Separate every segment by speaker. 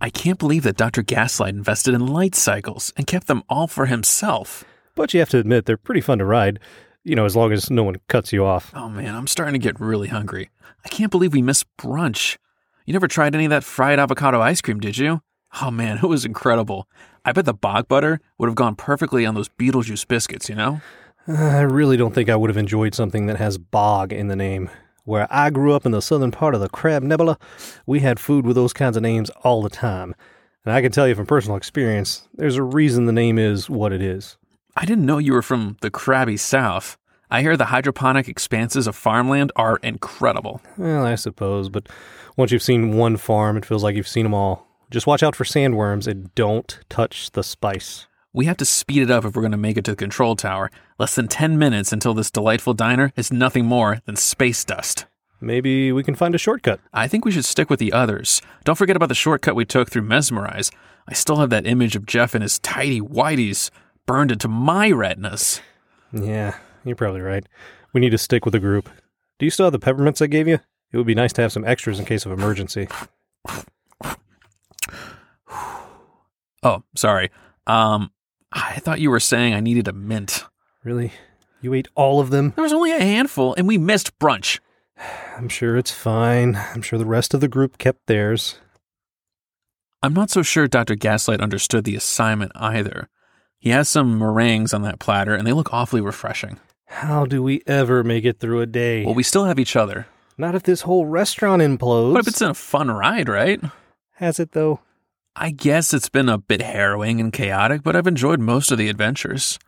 Speaker 1: I can't believe that Dr. Gaslight invested in light cycles and kept them all for himself.
Speaker 2: But you have to admit, they're pretty fun to ride, you know, as long as no one cuts you off.
Speaker 1: Oh man, I'm starting to get really hungry. I can't believe we missed brunch. You never tried any of that fried avocado ice cream, did you? Oh man, it was incredible. I bet the bog butter would have gone perfectly on those Beetlejuice biscuits, you know?
Speaker 2: Uh, I really don't think I would have enjoyed something that has bog in the name. Where I grew up in the southern part of the Crab Nebula, we had food with those kinds of names all the time. And I can tell you from personal experience, there's a reason the name is what it is.
Speaker 1: I didn't know you were from the crabby South. I hear the hydroponic expanses of farmland are incredible.
Speaker 2: Well, I suppose, but once you've seen one farm, it feels like you've seen them all. Just watch out for sandworms and don't touch the spice.
Speaker 1: We have to speed it up if we're going to make it to the control tower. Less than 10 minutes until this delightful diner is nothing more than space dust.
Speaker 2: Maybe we can find a shortcut.
Speaker 1: I think we should stick with the others. Don't forget about the shortcut we took through Mesmerize. I still have that image of Jeff in his tidy whities burned into my retinas.
Speaker 2: Yeah, you're probably right. We need to stick with the group. Do you still have the peppermints I gave you? It would be nice to have some extras in case of emergency.
Speaker 1: Oh, sorry. Um, I thought you were saying I needed a mint.
Speaker 2: Really? You ate all of them?
Speaker 1: There was only a handful, and we missed brunch.
Speaker 2: I'm sure it's fine. I'm sure the rest of the group kept theirs.
Speaker 1: I'm not so sure Dr. Gaslight understood the assignment either. He has some meringues on that platter, and they look awfully refreshing.
Speaker 2: How do we ever make it through a day?
Speaker 1: Well, we still have each other.
Speaker 2: Not if this whole restaurant implodes.
Speaker 1: But if it's been a fun ride, right?
Speaker 2: Has it though?
Speaker 1: I guess it's been a bit harrowing and chaotic, but I've enjoyed most of the adventures.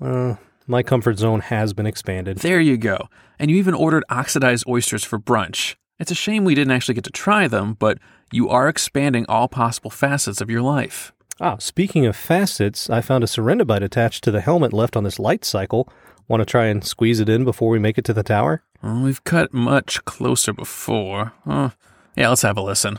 Speaker 2: Uh, my comfort zone has been expanded.
Speaker 1: There you go. And you even ordered oxidized oysters for brunch. It's a shame we didn't actually get to try them, but you are expanding all possible facets of your life.
Speaker 2: Ah, speaking of facets, I found a serenobite attached to the helmet left on this light cycle. Want to try and squeeze it in before we make it to the tower?
Speaker 1: Well, we've cut much closer before. Huh. yeah, let's have a listen.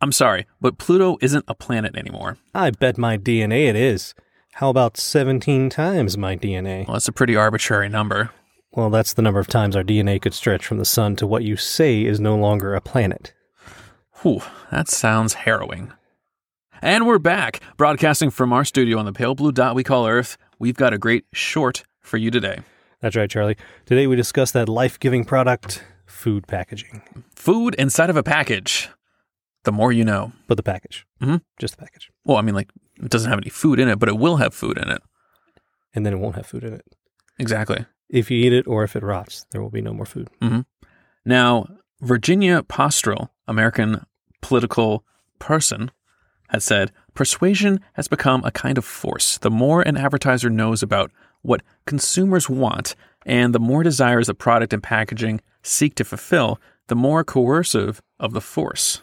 Speaker 1: I'm sorry, but Pluto isn't a planet anymore.
Speaker 2: I bet my DNA it is. How about 17 times my DNA?
Speaker 1: Well, that's a pretty arbitrary number.
Speaker 2: Well, that's the number of times our DNA could stretch from the sun to what you say is no longer a planet.
Speaker 1: Whew, that sounds harrowing. And we're back, broadcasting from our studio on the pale blue dot we call Earth. We've got a great short for you today.
Speaker 2: That's right, Charlie. Today we discuss that life giving product, food packaging.
Speaker 1: Food inside of a package. The more you know.
Speaker 2: But the package.
Speaker 1: Mhm.
Speaker 2: Just the package.
Speaker 1: Well, I mean, like, it doesn't have any food in it, but it will have food in it.
Speaker 2: And then it won't have food in it.
Speaker 1: Exactly.
Speaker 2: If you eat it or if it rots, there will be no more food.
Speaker 1: Now, Virginia Postrel, American political person, has said persuasion has become a kind of force. The more an advertiser knows about what consumers want and the more desires the product and packaging seek to fulfill, the more coercive of the force.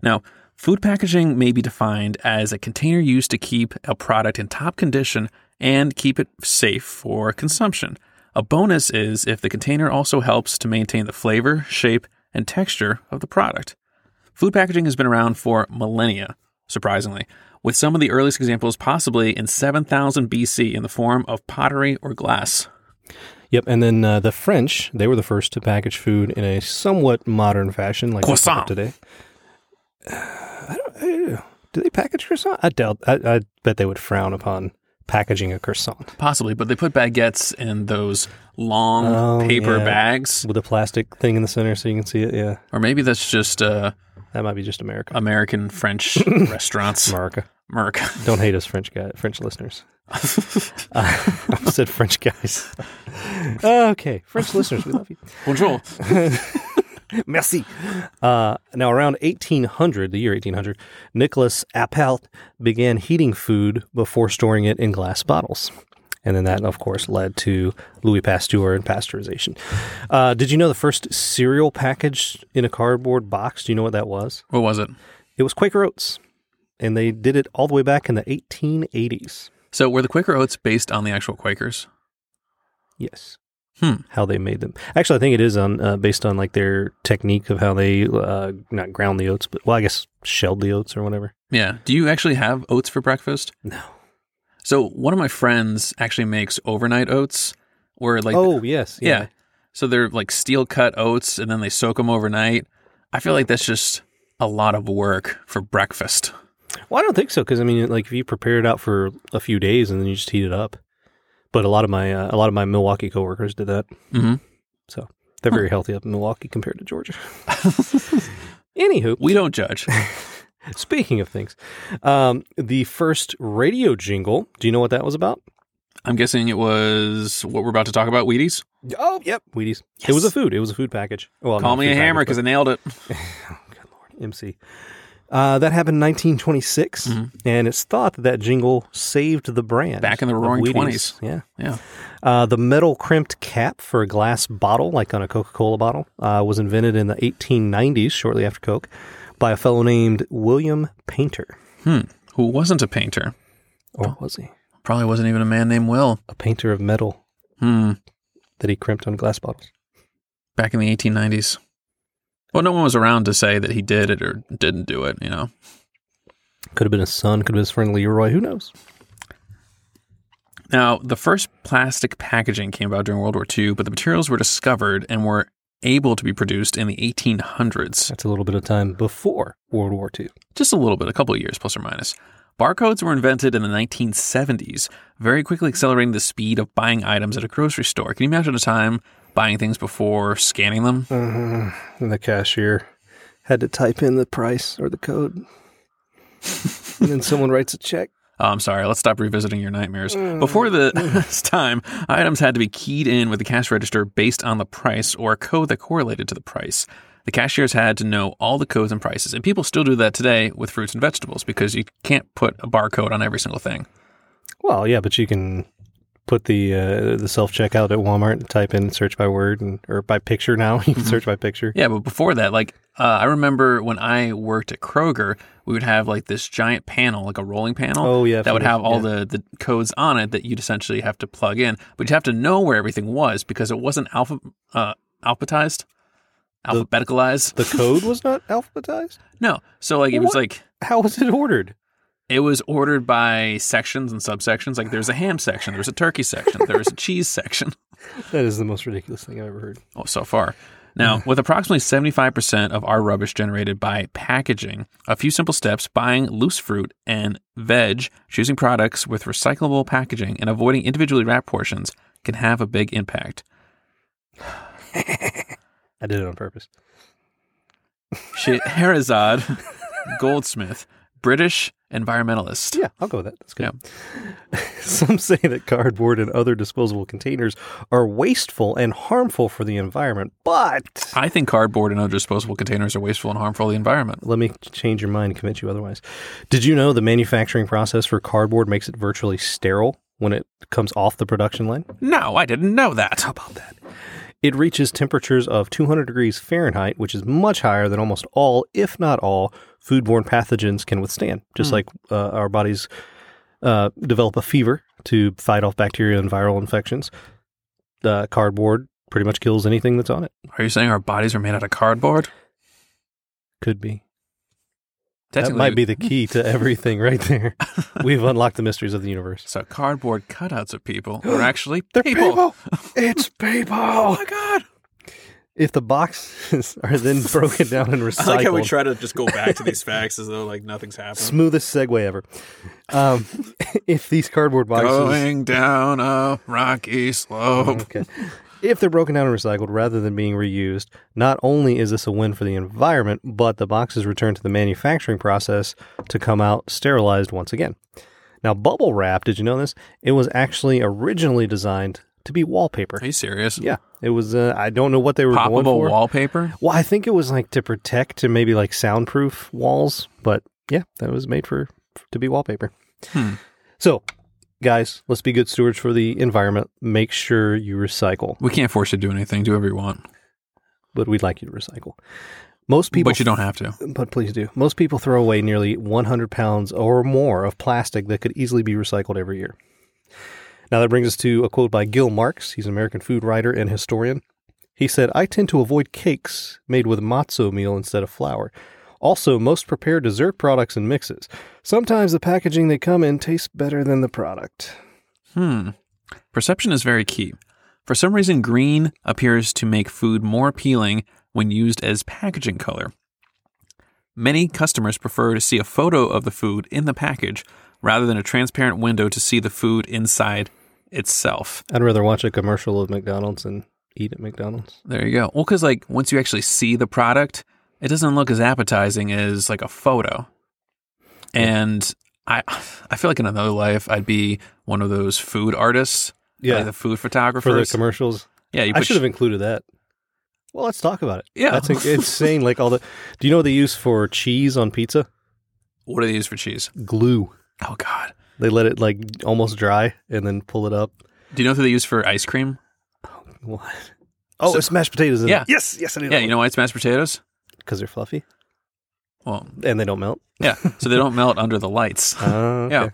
Speaker 1: Now, food packaging may be defined as a container used to keep a product in top condition and keep it safe for consumption. A bonus is if the container also helps to maintain the flavor, shape, and texture of the product. Food packaging has been around for millennia, surprisingly, with some of the earliest examples possibly in 7000 BC in the form of pottery or glass.
Speaker 2: Yep. And then uh, the French, they were the first to package food in a somewhat modern fashion, like we
Speaker 1: Croissant.
Speaker 2: have today. Uh, I don't, ew. do they package croissant? I doubt. I, I bet they would frown upon packaging a croissant
Speaker 1: Possibly, but they put baguettes in those long
Speaker 2: Oh,
Speaker 1: paper
Speaker 2: yeah.
Speaker 1: bags.
Speaker 2: with a plastic thing in the center so you can see it. Yeah,
Speaker 1: Or maybe that's just uh,
Speaker 2: that might be just America.
Speaker 1: American French restaurants.
Speaker 2: America.
Speaker 1: Merc.
Speaker 2: Don't hate us, French guy, French listeners. Uh, I said French guys. okay, French listeners, we love you.
Speaker 1: Bonjour.
Speaker 2: Merci. Uh, now, around 1800, the year 1800, Nicholas Appelt began heating food before storing it in glass bottles. And then that, of course, led to Louis Pasteur and pasteurization. Uh, did you know the first cereal packaged in a cardboard box? Do you know what that was?
Speaker 1: What was it?
Speaker 2: It was Quaker Oats. and they did it all the way back in the 1880s.
Speaker 1: So were the Quaker oats based on the actual Quakers?
Speaker 2: Yes.
Speaker 1: Hmm.
Speaker 2: How they made them. Actually, I think it is on uh, based on like their technique of how they uh, not ground the oats, but well, I guess shelled the oats or whatever.
Speaker 1: Yeah. Do you actually have oats for breakfast?
Speaker 2: No.
Speaker 1: So one of my friends actually makes overnight oats where like
Speaker 2: oh yes,
Speaker 1: yeah. So they're like steel cut oats and then they soak them overnight. I feel like that's just a lot of work for breakfast.
Speaker 2: Well, I don't think so because I mean, like if you prepare it out for a few days and then you just heat it up. But a lot of my uh, a lot of my Milwaukee coworkers did that.
Speaker 1: hmm
Speaker 2: They're very healthy up in Milwaukee compared to Georgia. Anywho,
Speaker 1: We don't judge.
Speaker 2: speaking of things, um, the first radio jingle. Do you know what that was about?
Speaker 1: I'm guessing it was what we're about to talk about, Wheaties.
Speaker 2: Oh, yep, Wheaties. It was a
Speaker 1: Yes.
Speaker 2: food. It was a food package. Well,
Speaker 1: Call
Speaker 2: not
Speaker 1: me
Speaker 2: food
Speaker 1: a hammer
Speaker 2: package,
Speaker 1: because I nailed it.
Speaker 2: but- good lord, MC. Uh, that happened in 1926, and it's thought that that jingle saved the brand
Speaker 1: Mm-hmm. Back in the
Speaker 2: of
Speaker 1: roaring
Speaker 2: Wheaties.
Speaker 1: 20s.
Speaker 2: Yeah.
Speaker 1: Yeah.
Speaker 2: Uh, the metal crimped cap for a glass bottle, like on a Coca Cola bottle, uh, was invented in the 1890s, shortly after Coke, by a fellow named William Painter.
Speaker 1: Who wasn't a painter? Oh.
Speaker 2: Or was he?
Speaker 1: Probably wasn't even a man named Will.
Speaker 2: A painter of metal
Speaker 1: Hmm.
Speaker 2: that he crimped on glass bottles.
Speaker 1: Back in the 1890s. Well, no one was around to say that he did it or didn't do it, you know.
Speaker 2: Could have been his son, could have been his friend Leroy, who knows?
Speaker 1: Now, the first plastic packaging came about during World War II, but the materials were discovered and were able to be produced in the 1800s.
Speaker 2: That's a little bit of time before World War II.
Speaker 1: just a little bit, a couple of years plus or minus. Barcodes were invented in the 1970s, very quickly accelerating the speed of buying items at a grocery store. Can you imagine a time buying things before scanning them?
Speaker 2: And the cashier had to type in the price or the code. and then someone writes a check.
Speaker 1: Oh, I'm sorry, let's stop revisiting your nightmares. Before this time, items had to be keyed in with the cash register based on the price or a code that correlated to the price. The cashiers had to know all the codes and prices, and people still do that today with fruits and vegetables because you can't put a barcode on every single thing.
Speaker 2: Well, yeah, but you can put the uh, the self checkout at Walmart and type in search by word and or by picture now. You can search by picture.
Speaker 1: Yeah, but before that, like uh, I remember when I worked at Kroger, we would have like this giant panel, like a rolling panel.
Speaker 2: Oh, yeah,
Speaker 1: that would
Speaker 2: familiar,
Speaker 1: have all the the codes on it that you'd essentially have to plug in, but you have to know where everything was because it wasn't alpha uh, alphabetized, alphabeticalized.
Speaker 2: The code was not alphabetized?
Speaker 1: no, so like it was
Speaker 2: What?
Speaker 1: like
Speaker 2: How was it ordered?
Speaker 1: it was ordered by sections and subsections. Like there's a ham section, there's a turkey section, there's a cheese section.
Speaker 2: That is the most ridiculous thing I've ever heard.
Speaker 1: Oh, so far. Now, with approximately 75% of our rubbish generated by packaging, a few simple steps buying loose fruit and veg, choosing products with recyclable packaging, and avoiding individually wrapped portions can have a big impact.
Speaker 2: I did it on purpose.
Speaker 1: Scheherazade Goldsmith, British environmentalist.
Speaker 2: Yeah, I'll go with that. That's good. Some say that cardboard and other disposable containers are wasteful and harmful for the environment, but
Speaker 1: I think cardboard and other disposable containers are wasteful and harmful to the environment.
Speaker 2: let me change your mind and convince you otherwise. Did you know the manufacturing process for cardboard makes it virtually sterile when it comes off the production line?
Speaker 1: No, I didn't know that.
Speaker 2: about that? It reaches temperatures of 200 degrees Fahrenheit, which is much higher than almost all, if not all, foodborne pathogens can withstand. Just like uh, our bodies uh, develop a fever to fight off bacteria and viral infections, uh, cardboard pretty much kills anything that's on it.
Speaker 1: Are you saying our bodies are made out of cardboard?
Speaker 2: Could be. That
Speaker 1: Technically-
Speaker 2: might be the key to everything right there. We've unlocked the mysteries of the universe.
Speaker 1: So, cardboard cutouts of people are actually
Speaker 2: it's people.
Speaker 1: Oh my god!
Speaker 2: If the boxes are then broken down and recycled,
Speaker 1: I like how we try to just go back to these facts as though like nothing's happened.
Speaker 2: smoothest segue ever. Um, if these cardboard boxes,
Speaker 1: Going down a rocky slope.
Speaker 2: okay, if they're broken down and recycled rather than being reused, not only is this a win for the environment, but the boxes return to the manufacturing process to come out sterilized once again. Now, bubble wrap. Did you know this? It was actually originally designed to be wallpaper.
Speaker 1: Are you serious?
Speaker 2: Yeah, it was. Uh, I don't know what they were
Speaker 1: Poppable
Speaker 2: going for.
Speaker 1: wallpaper.
Speaker 2: Well, I think it was like to protect and maybe like soundproof walls, but yeah, that was made for to be wallpaper.
Speaker 1: Hmm.
Speaker 2: So, guys, let's be good stewards for the environment. Make sure you recycle,
Speaker 1: We can't force you to do anything. Do whatever you want.
Speaker 2: but we'd like you to recycle. Most people
Speaker 1: but you don't have to.
Speaker 2: but please do. Most people throw away nearly 100 pounds or more of plastic that could easily be recycled every year. Now, that brings us to a quote by Gil Marks. He's an American food writer and historian. He said, I tend to avoid cakes made with matzo meal instead of flour. Also, most prepared dessert products and mixes. Sometimes the packaging they come in tastes better than the product.
Speaker 1: Hmm. Perception is very key. For some reason, green appears to make food more appealing when used as packaging color. Many customers prefer to see a photo of the food in the package rather than a transparent window to see the food inside itself.
Speaker 2: I'd rather watch a commercial of McDonald's and eat at McDonald's.
Speaker 1: There you go. Well, because like once you actually see the product, it doesn't look as appetizing as like a photo. And I, I feel like in another life I'd be one of those food artists,
Speaker 2: Yeah.
Speaker 1: like the food
Speaker 2: For the
Speaker 1: photographers.
Speaker 2: commercials.
Speaker 1: yeah, you
Speaker 2: I
Speaker 1: put
Speaker 2: should have included that. Well, let's talk about it.
Speaker 1: Yeah.
Speaker 2: that's in- insane. Like all the, do you know what they use for cheese on pizza?
Speaker 1: What do they use for cheese?
Speaker 2: Glue.
Speaker 1: Oh God!
Speaker 2: They let it like almost dry and then pull it up.
Speaker 1: Do you know what they use for ice cream?
Speaker 2: What? Oh, it's mashed potatoes. Isn't
Speaker 1: Yeah.
Speaker 2: It? Yes. Yes, I
Speaker 1: Yeah, you know why it's mashed potatoes?
Speaker 2: because they're fluffy
Speaker 1: Well,
Speaker 2: and they don't melt.
Speaker 1: yeah, so they don't melt under the lights.
Speaker 2: Uh,
Speaker 1: Yeah.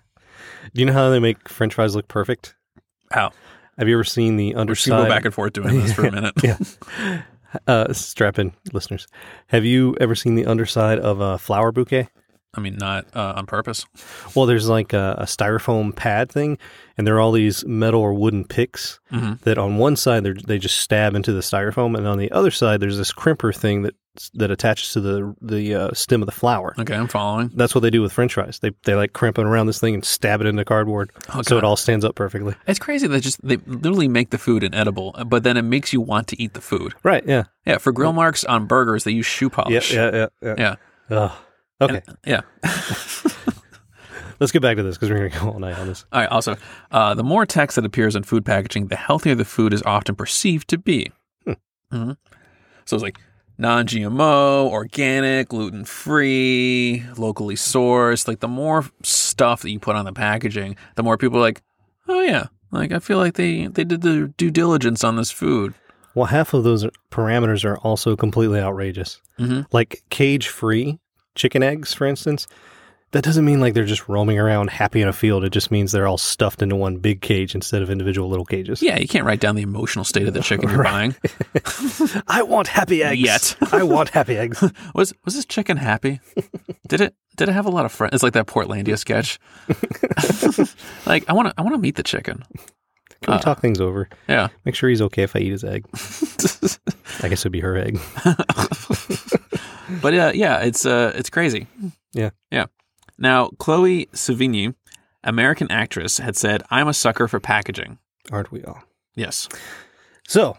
Speaker 2: Do you know how they make French fries look perfect?
Speaker 1: How?
Speaker 2: Have you ever seen the
Speaker 1: We're just gonna go
Speaker 2: underside?
Speaker 1: back and forth doing this for a minute.
Speaker 2: yeah. Uh, strap in, listeners. Have you ever seen the underside of a flower bouquet?
Speaker 1: I mean, not uh, on purpose.
Speaker 2: Well, there's like a, a styrofoam pad thing, and there are all these metal or wooden picks
Speaker 1: Mhm.
Speaker 2: that on one side they're- they just stab into the styrofoam, and on the other side there's this crimper thing that that attaches to the the uh, stem of the flower.
Speaker 1: Okay, I'm following.
Speaker 2: That's what they do with French fries. They they like crimp it around this thing and stab it into cardboard,
Speaker 1: Oh,
Speaker 2: so
Speaker 1: God.
Speaker 2: it all stands up perfectly.
Speaker 1: It's crazy that just they literally make the food inedible, but then it makes you want to eat the food.
Speaker 2: Right? Yeah.
Speaker 1: Yeah, for grill marks on burgers, they use shoe
Speaker 2: Yeah.
Speaker 1: polish.
Speaker 2: Yeah. Yeah. Yeah.
Speaker 1: Oh, yeah,
Speaker 2: Ugh. Okay.
Speaker 1: yeah.
Speaker 2: Let's get back to this because we're gonna go all night on this.
Speaker 1: All right. Also, uh, the more text that appears on food packaging, the healthier the food is often perceived to be. Mhm. So it's like non-GMO, organic, gluten-free, locally sourced. Like the more stuff that you put on the packaging, the more people are like, "Oh yeah, like I feel like they they did their due diligence on this food."
Speaker 2: Well, half of those parameters are also completely outrageous.
Speaker 1: Mhm.
Speaker 2: Like cage free chicken eggs, for instance, that doesn't mean like they're just roaming around happy in a field. It just means they're all stuffed into one big cage instead of individual little cages.
Speaker 1: Yeah, you can't write down the emotional state of the chicken you're buying.
Speaker 2: I want happy eggs.
Speaker 1: Yet.
Speaker 2: I want happy eggs.
Speaker 1: Was was this chicken happy? Did it did it have a lot of friends? It's like that Portlandia sketch. like I want to I want to meet the chicken.
Speaker 2: Can we talk things over?
Speaker 1: Yeah.
Speaker 2: Make sure he's okay if I eat his egg. I guess it'd be her egg.
Speaker 1: But uh, yeah, it's uh, it's crazy.
Speaker 2: Yeah.
Speaker 1: Yeah. Now, Chloe Sevigny, American actress, had said, "I'm a sucker for packaging."
Speaker 2: Aren't we all?
Speaker 1: Yes.
Speaker 2: So,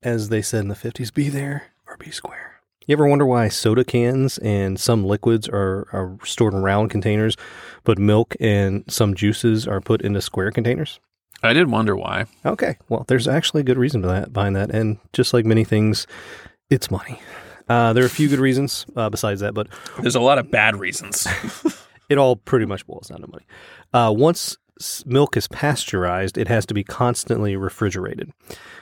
Speaker 2: as they said in the 50s, be there or be square. You ever wonder why soda cans and some liquids are, are stored in round containers, but milk and some juices are put into square containers?
Speaker 1: I did wonder why.
Speaker 2: Okay, well, there's actually a good reason for that, behind that. And just like many things, it's money. Uh, there are a few good reasons uh, besides that, but
Speaker 1: There's a lot of bad reasons.
Speaker 2: it all pretty much boils down to money. Uh, once s- milk is pasteurized, it has to be constantly refrigerated.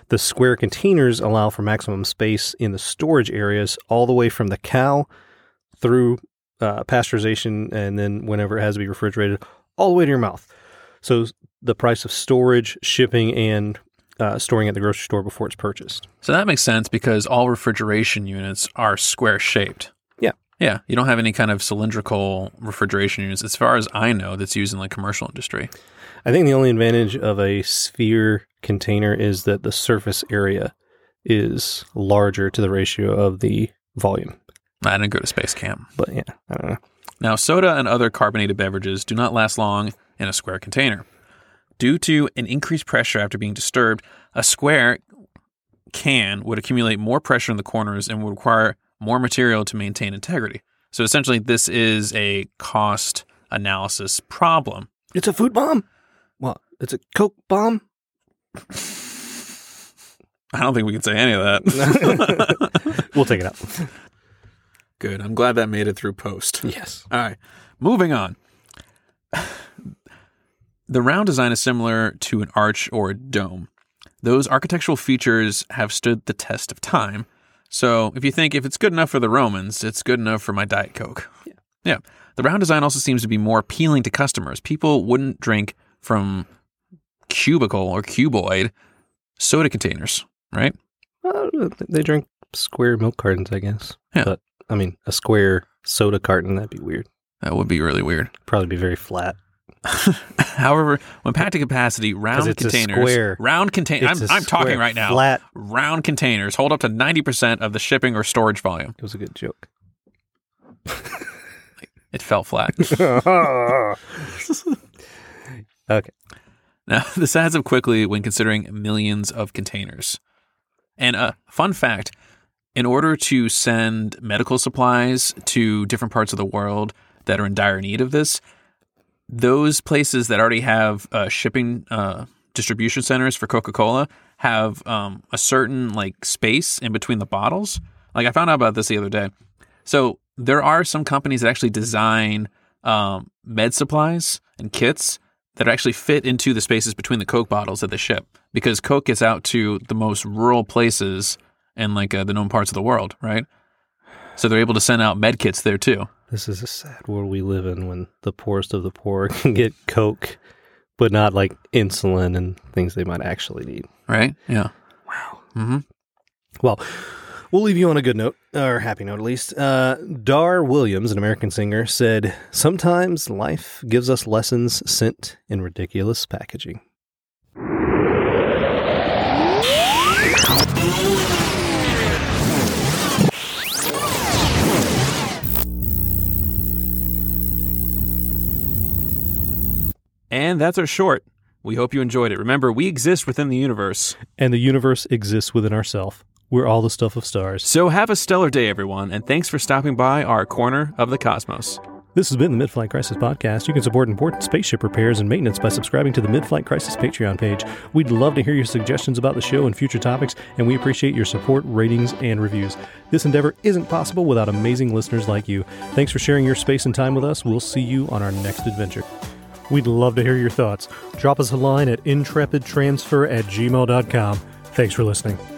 Speaker 2: The square containers allow for maximum space in the storage areas, all the way from the cow through uh, pasteurization, and then whenever it has to be refrigerated, all the way to your mouth. So s- the price of storage, shipping, and uh, storing at the grocery store before it's purchased.
Speaker 1: so that makes sense because all refrigeration units are square shaped.
Speaker 2: Yeah.
Speaker 1: Yeah, you don't have any kind of cylindrical refrigeration units, as far as I know, that's used in the commercial industry.
Speaker 2: I think the only advantage of a sphere container is that the surface area is larger to the ratio of the volume.
Speaker 1: I didn't go to space camp.
Speaker 2: But yeah, I don't know.
Speaker 1: Now, soda and other carbonated beverages do not last long in a square container. Due to an increased pressure after being disturbed, a square can would accumulate more pressure in the corners and would require more material to maintain integrity. So essentially, this is a cost analysis problem.
Speaker 2: It's a food bomb. Well, it's a Coke bomb.
Speaker 1: I don't think we can say any of that.
Speaker 2: We'll take it out.
Speaker 1: Good. I'm glad that made it through post.
Speaker 2: yes.
Speaker 1: All right. Moving on. The round design is similar to an arch or a dome. Those architectural features have stood the test of time, So if you think if it's good enough for the Romans, it's good enough for my Diet Coke. Yeah. The round design also seems to be more appealing to customers. People wouldn't drink from cubicle or cuboid soda containers, right?
Speaker 2: Uh, they drink square milk cartons, I guess.
Speaker 1: Yeah.
Speaker 2: But I mean, a square soda carton that'd be weird.
Speaker 1: That would be really weird.
Speaker 2: Probably be very flat.
Speaker 1: However, when packed to capacity, round
Speaker 2: 'Cause it's a
Speaker 1: containers,
Speaker 2: square.
Speaker 1: round contain. I'm,
Speaker 2: It's a
Speaker 1: I'm talking
Speaker 2: square,
Speaker 1: right now.
Speaker 2: Flat.
Speaker 1: Round containers hold up to 90% of the shipping or storage volume.
Speaker 2: It was a good joke.
Speaker 1: It fell flat.
Speaker 2: okay.
Speaker 1: Now, this adds up quickly when considering millions of containers. And a fun fact in order to send medical supplies to different parts of the world that are in dire need of this, those places that already have uh, shipping uh, distribution centers for Coca Cola have um, a certain like space in between the bottles. Like I found out about this the other day. So there are some companies that actually design um, med supplies and kits that actually fit into the spaces between the Coke bottles that they ship because Coke gets out to the most rural places and like uh, the known parts of the world, right? So they're able to send out med kits there too.
Speaker 2: This is a sad world we live in when the poorest of the poor can get Coke, but not like insulin and things they might actually need.
Speaker 1: Right? Yeah.
Speaker 2: Well, we'll leave you on a good note, or happy note at least. Uh, Dar Williams, an American singer, said, Sometimes life gives us lessons sent in ridiculous packaging.
Speaker 1: And that's our short. We hope you enjoyed it. Remember, we exist within the universe.
Speaker 2: And the universe exists within ourselves. We're all the stuff of stars.
Speaker 1: So have a stellar day, everyone, and thanks for stopping by our corner of the cosmos.
Speaker 2: This has been the Midflight Crisis Podcast. You can support important spaceship repairs and maintenance by subscribing to the Midflight Crisis Patreon page. We'd love to hear your suggestions about the show and future topics, and we appreciate your support, ratings, and reviews. This endeavor isn't possible without amazing listeners like you. Thanks for sharing your space and time with us. We'll see you on our next adventure. We'd love to hear your thoughts. Drop us a line at intrepidtransfer at gmail.com. Thanks for listening.